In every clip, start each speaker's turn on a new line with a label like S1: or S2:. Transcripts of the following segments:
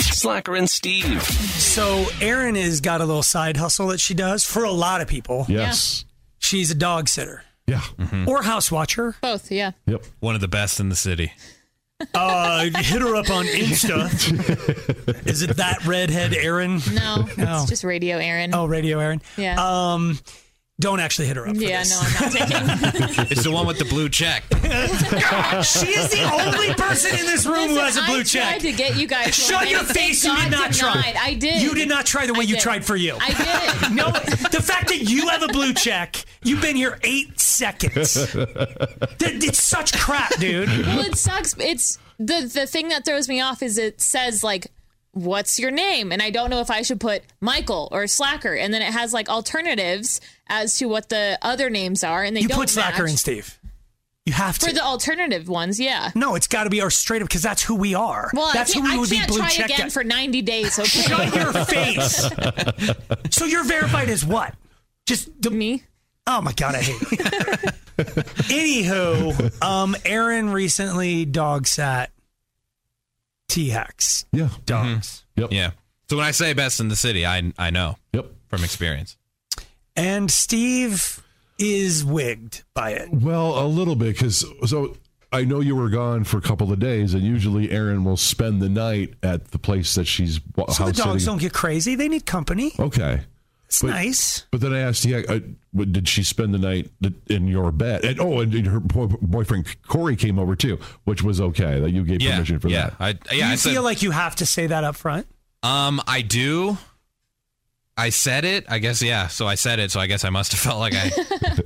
S1: Slacker and Steve.
S2: So Erin has got a little side hustle that she does for a lot of people.
S3: Yes.
S2: She's a dog sitter
S3: Yeah.
S2: or house watcher.
S4: Both, yeah.
S3: Yep.
S5: One of the best in the city.
S2: Uh, hit her up on Insta. Is it that redhead Erin?
S4: No,
S2: No.
S4: it's just radio, Aaron.
S2: Oh, radio Erin.
S4: yeah.
S2: Um, don't actually hit her up. For
S4: yeah,
S2: this.
S4: no, I'm not taking.
S5: It's the one with the blue check.
S2: she is the only person in this room who has a
S4: Listen,
S2: blue
S4: I
S2: check.
S4: tried to get you guys.
S2: Shut
S4: one,
S2: your
S4: and thank
S2: face, you did
S4: God
S2: not try.
S4: denied. I did.
S2: You did not try the way
S4: I
S2: you
S4: did.
S2: tried for you.
S4: I did.
S2: No, the fact that you have a blue check, you've been here eight seconds. That- It's such crap, dude.
S4: Well, it sucks. It's the the thing that throws me off is it says like. What's your name? And I don't know if I should put Michael or Slacker. And then it has like alternatives as to what the other names are. And they
S2: You
S4: don't
S2: put Slacker
S4: match.
S2: and Steve. You have to.
S4: for the alternative ones. Yeah.
S2: no, it's got to be our straight up because that's who we are.
S4: Well,
S2: that's
S4: I can't,
S2: who we would
S4: I
S2: be
S4: can't
S2: blue
S4: try
S2: checked
S4: again
S2: at.
S4: for 90 days. Okay.
S2: Shut your face. so you're verified as what? Just the,
S4: me.
S2: Oh my god, I hate it. Anywho, um, Aaron recently dog sat T Hex
S3: Yeah.
S5: Mm-hmm.
S2: dogs,
S3: Yep.
S5: Yeah. So when I say best in the city, I I know
S3: Yep.
S5: from experience.
S2: and Steve is wigged by it.
S3: Well, a little bit because so I know you were gone for a couple of days, and usually Erin will spend the night at the place that she's wa-
S2: So the
S3: house
S2: dogs
S3: sitting.
S2: don't get crazy; they need company.
S3: Okay.
S2: It's
S3: but-
S2: nice.
S3: But then I asked, yeah, uh, what- did she spend the night th- in your bed? And oh, and her boy, boyfriend Corey came over too, which was okay. That you gave
S5: Yeah.
S3: permission for
S5: yeah.
S3: that.
S5: I
S2: you
S5: yeah,
S2: feel
S5: I said,
S2: like you have to say that up front.
S5: um I do I said it. I guess yeah. So I said it. So I guess I must have felt like I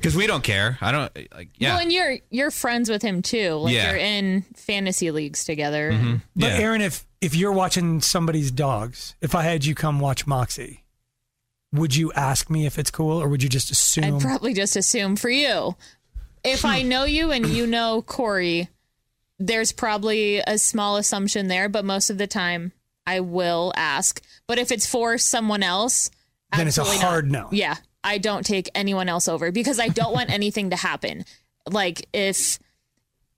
S5: cuz we don't care. I don't like yeah.
S4: Well, and you're you're friends with him too. Like
S5: Yeah. Mm-hmm.
S4: you're in fantasy leagues together.
S2: But
S5: yeah.
S2: Aaron, if if you're watching somebody's dogs, if I had you come watch Moxie, would you ask me if it's cool, or would you just assume?
S4: I'd probably just assume for you. If I know you and you know Corey, there's probably a small assumption there, but most of the time I will ask. But if it's for someone else,
S2: Then it's a
S4: absolutely not.
S2: hard no.
S4: Yeah, I don't take anyone else over because I don't want anything to happen. Like if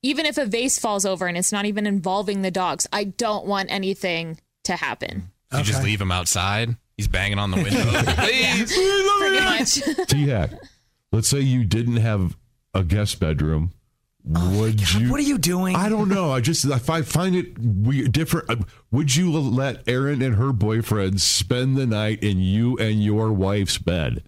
S4: even if a vase falls over and it's not even involving the dogs, I don't want anything to happen.
S5: You just
S2: Okay.
S5: leave him outside. He's banging on the window. Please.
S4: Pretty much.
S3: T Hack, let's say you didn't have a guest bedroom.
S2: Oh
S3: would you?
S2: what are you doing?
S3: I don't know. I just I fi- find it weird, different. Uh, Would you let Erin and her boyfriend spend the night in you and your wife's bed?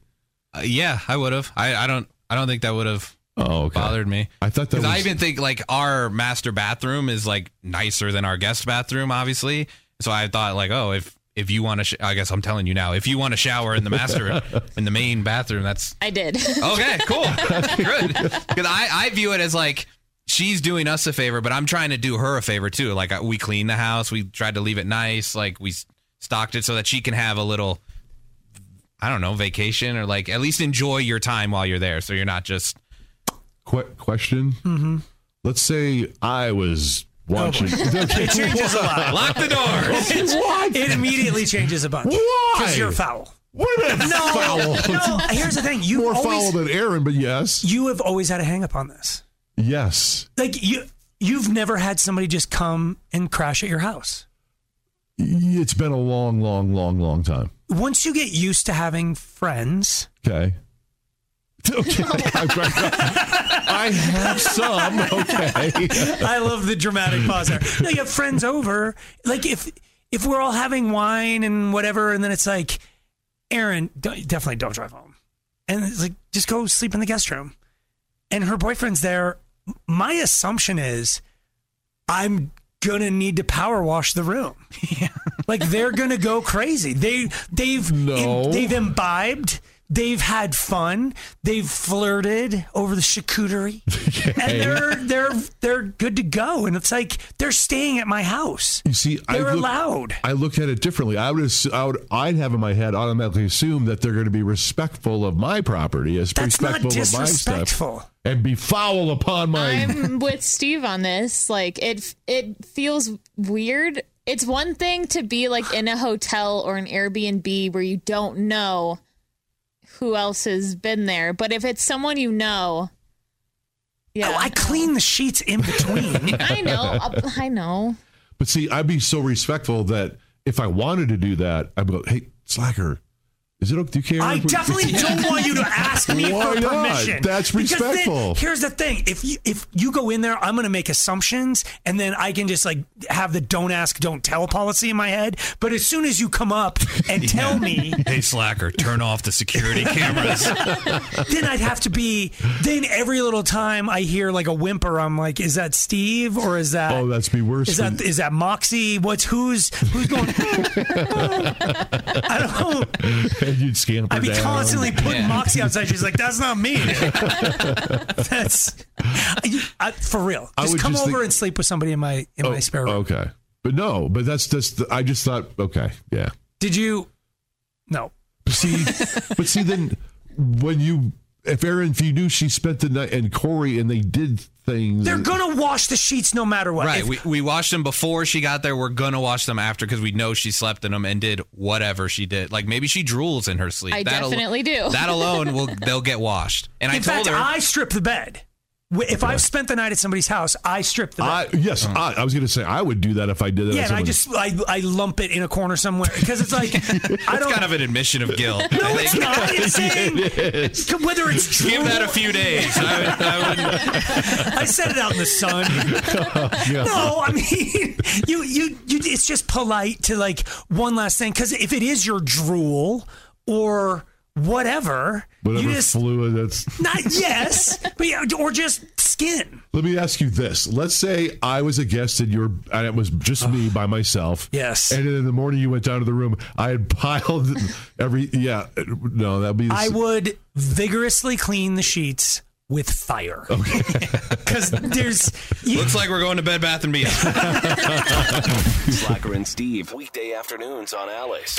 S5: Uh, yeah, I would have. I, I don't I don't think that would have
S3: Oh, okay.
S5: bothered me.
S3: I thought that
S5: Because I
S3: was-
S5: even think like our master bathroom is like nicer than our guest bathroom, obviously. So I thought like, oh, if if you want to, sh- I guess I'm telling you now, if you want to shower in the master in the main bathroom, that's
S4: I did.
S5: okay, cool, good. Because I I view it as like she's doing us a favor, but I'm trying to do her a favor too. Like I- we clean the house, we tried to leave it nice, like we s- stocked it so that she can have a little. I don't know, vacation or like at least enjoy your time while you're there. So you're not just
S3: Que- question. Mm-hmm. Let's say I was
S2: Oh,
S3: watching.
S2: It changes a lot.
S5: lock the door.
S3: what?
S2: It immediately changes a bunch.
S3: Why?
S2: Because you're foul.
S3: What a minute,
S2: No,
S3: foul.
S2: no. Here's the thing. You
S3: More foul
S2: always,
S3: than Aaron, but yes,
S2: you have always had a hang up on this.
S3: yes,
S2: Like you, you've never had somebody just come and crash at your house.
S3: it's been a long, long, long, long time.
S2: Once you get used to having friends,
S3: Okay. Okay. I'm sorry. I have some. Okay.
S2: I love the dramatic pause there. No, you have friends over. Like if if we're all having wine and whatever, and then it's like, Aaron, don't, definitely don't drive home. And it's like, just go sleep in the guest room. And her boyfriend's there. My assumption is, I'm gonna need to power wash the room. Like they're gonna go crazy. They they've
S3: No.
S2: they've imbibed. They've had fun. They've flirted over the charcuterie, and they're they're they're good to go. And it's like they're staying at my house.
S3: You see, I
S2: They're
S3: look,
S2: allowed.
S3: I look at it differently. I would, assu- I would, I'd have in my head automatically assume that they're going to be respectful of my property, as
S2: That's not
S3: respectful of my stuff,
S2: disrespectful.
S3: and be foul upon my.
S4: I'm with Steve on this. Like it it feels weird. It's one thing to be like in a hotel or an Airbnb where you don't know who else has been there, but if it's someone you know, yeah,
S2: Oh, I clean the sheets in between.
S4: I know, I know.
S3: But see, I'd be so respectful that if I wanted to do that, I'd go, hey, slacker, is it okay? Do you care?
S2: I
S3: if we-"
S2: definitely don't want you to ask me
S3: Why
S2: for
S3: not?
S2: permission.
S3: That's
S2: Because then-
S3: respectful.
S2: here's the thing: if you, if you go in there, I'm going to make assumptions, and then I can just like have the "don't ask, don't tell" policy in my head. But as soon as you come up and tell me,
S5: Hey, slacker, turn off the security cameras.
S2: then I'd have to be. Then every little time I hear like a whimper, I'm like, "Is that Steve or is that?"
S3: Oh, that's me worse.
S2: Is
S3: than-
S2: that is that Moxie? What's who's who's going? I don't.
S3: and you'd scamper
S2: I'd be
S3: down.
S2: constantly putting
S5: Yeah.
S2: Moxie outside. She's like, "That's not me. That's I, I- for real.
S3: I
S2: Just
S3: would
S2: come
S3: just
S2: over
S3: think- Oh,
S2: and sleep with somebody in my in my spare room."
S3: Okay. But no, but that's just, I just thought, okay, yeah.
S2: Did you? No.
S3: But see, but see, then when you, if Aaron, if you knew she spent the night and Corey and they did things.
S2: They're gonna wash the sheets no matter what.
S5: Right.
S2: If-
S5: we, we watched them before she got there. We're going to watch them after because we know she slept in them and did whatever she did. Like maybe she drools in her sleep.
S4: I
S5: al-
S4: definitely do.
S5: That alone will they'll get washed. And
S2: in
S5: I told
S2: fact,
S5: her
S2: I strip the bed. Wh- If I've spent the night at somebody's house, I strip the bed.
S3: I, yes, I, I was going to say I would do that if I did that.
S2: yeah,
S3: on
S2: and I
S3: someone.
S2: just I, I lump it in a corner somewhere because it's like I
S5: it's
S2: don't.
S5: kind of an admission of guilt.
S2: no, it's not. It's saying whether it's true.
S5: Give that a few days. I, would- I wouldn't-
S2: I said it out in the sun. No, I mean, you, you, you, it's just polite to like one last thing. Cause if it is your drool or whatever,
S3: whatever
S2: you just,
S3: fluid that's.
S2: not yes, but yeah, or just skin.
S3: Let me ask you this. Let's say I was a guest in your, and it was just me by myself.
S2: Yes.
S3: And in the morning you went down to the room. I had piled every, yeah, no, that'd be. The,
S2: I
S3: s-
S2: would vigorously clean the sheets with fire. Okay. Cause there's, you,
S5: looks like we're going to Bed Bath and Beyond.
S1: Slacker and Steve, weekday afternoons on Alice.